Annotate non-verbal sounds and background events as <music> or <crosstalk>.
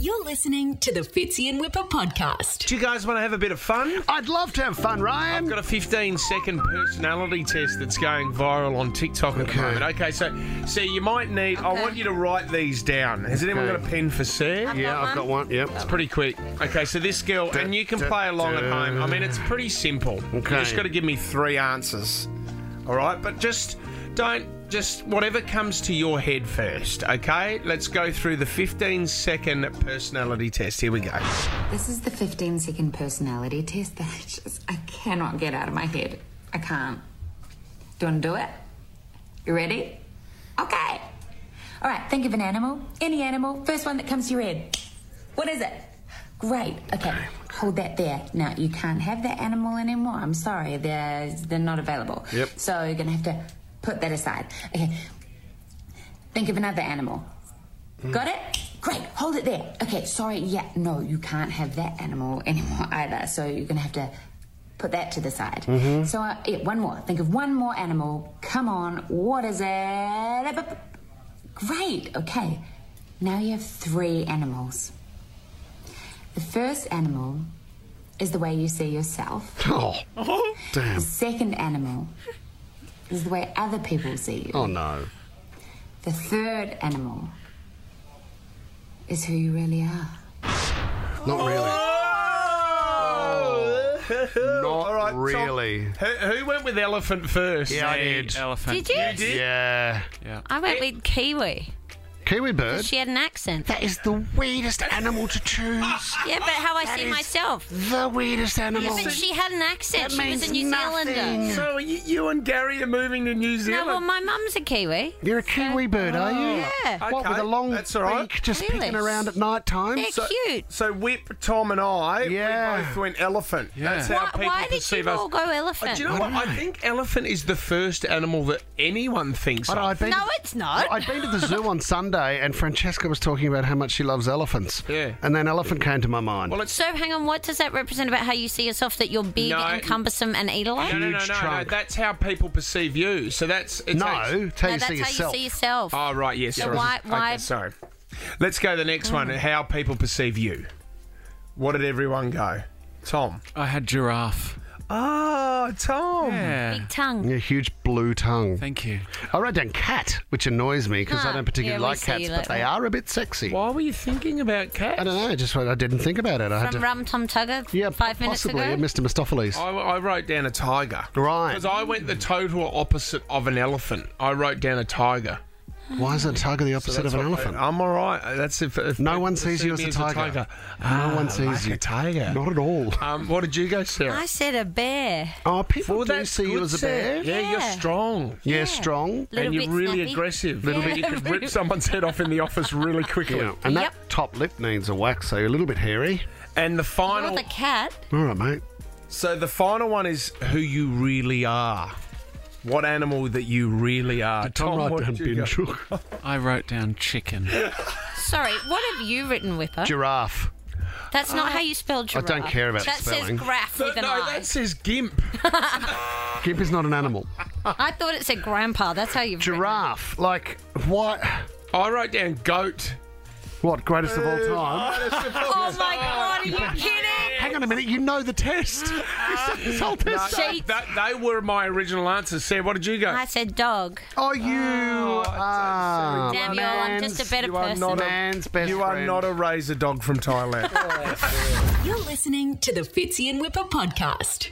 You're listening to the Fitzy and Whipper podcast. Do you guys want to have a bit of fun? I'd love to have fun, Ryan. Got a 15 second personality test that's going viral on TikTok at the moment. Okay, so so you might need. I Okay. want you to write these down. Has anyone Okay. got a pen for Sarah? yeah, I've got one. Yep. It's pretty quick. Okay, so this girl, and you can da, play along at da. home. I mean, it's pretty simple. You Okay. just got to give me three answers. All right, but just don't just whatever comes to your head first. Okay, let's go through the 15 second personality test. Here we go. This is the 15 second personality test that I just, I cannot get out of my head. I can't. Do you want to do it? You ready? Okay. All right, think of an animal, any animal, first one that comes to your head. What is it? Great. Okay, hold that there. Now, you can't have that animal anymore. I'm sorry, they're, they're not available. Yep. So you're going to have to put that aside. Okay, think of another animal. Got it? Great. Hold it there. Okay, sorry. Yeah, no, you can't have that animal <laughs> anymore either. So you're going to have to put that to the side. So, uh, yeah, one more. Think of one more animal. Come on. What is it? Great. Okay. Now you have three animals. The first animal is the way you see yourself. Oh, damn. The second animal is the way other people see you. Oh no. The third animal is who you really are. Not really. Oh! All right, Not Tom. really. Who, who went with elephant first? Yeah, I did. Did Elephant. you? did? Yeah. I went with Kiwi. Kiwi bird. She had an accent. That is the weirdest animal to <laughs> choose. yeah, but how I see is- myself. The weirdest animal. But she had an accent. That she was means a New nothing. Zealander. So you, you and Gary are moving to New No, Zealand. well, my mum's a Kiwi. You're a kiwi bird, are you? Yeah. What with Okay, a long that's all right. beak just Really? picking around at night time? They're So- cute. So Whip, Tom, and I, we Yeah. both went elephant. That's how Why, people why did perceive you us. all go Uh, elephant? do you know what? I think elephant is the first animal that anyone thinks I know, of. I've been no, it's not. I'd been to the <laughs> zoo on Sunday, and Francesca was talking about how much she loves elephants. Yeah. And then elephant came to my mind. Well, it's so hang on, what does that represent about how you see yourself? That you're big No. and cumbersome and eat a lot? no, no, no, no, huge no. trunk. That's how people perceive you. So that's it's no, actually- it's how No, you that's see how yourself. you see yourself. Oh right, yes. So sorry. why- why- Mm. Okay, sorry. Let's go to the next one. How people perceive you. What did everyone go? Tom. I had giraffe. Oh, Tom. Yeah. big tongue. a huge blue tongue. Thank you. I wrote down cat, which annoys me because I Huh. don't particularly Ah, Yeah, we like see cats, that. but they are a bit sexy. Why were you thinking about cats? I don't know. I just I didn't think about it. I had From to. Rum Tum Tugger yeah, five minutes possibly ago. Mr. Mistopheles. I, I wrote down a tiger. Right. Because I went the total opposite of an elephant. I wrote down a tiger. Why is a tiger the opposite of an elephant? I'm all right. Uh, That's if, if No people one sees see you as me a tiger. no one sees Ah, like you a tiger. Not at all. Um, what did you go, Sarah? I said a bear. Oh, people Well, do that's see you good, as a Sarah. bear. Yeah, you're Yeah. strong. Yeah, Yeah. strong. Little and you're bit really snappy. aggressive. Little You bit- could rip <laughs> really- someone's head off in the office really quickly. Yeah. And that Yep. top lip needs a wax, so you're a little bit hairy. And the Or final. the cat. All right, mate. So the final one is who you really are. What animal that you really are. Did Tom what write down did you bin go? shook? I wrote down chicken. Sorry, what have you written, Whipper? Giraffe. That's not how you spell I giraffe. don't care about that spelling. says graph No, with an I. that says gimp. Gimp is not an animal. I thought it said grandpa. That's how you. Giraffe. Like, what? I wrote down goat. What, greatest of Uh, all time? Oh my god! <laughs> Are you kidding? Hang on a minute, you know the test. <laughs> You set this whole test up. Sheep. That, they were my original answers. Sarah, what did you go? I said dog. Oh, you are. Damn you! all, I'm just a better you are person. not a, Man's best you are friend. not a razor dog from Thailand. You're listening to the Fitzy and Whipper podcast.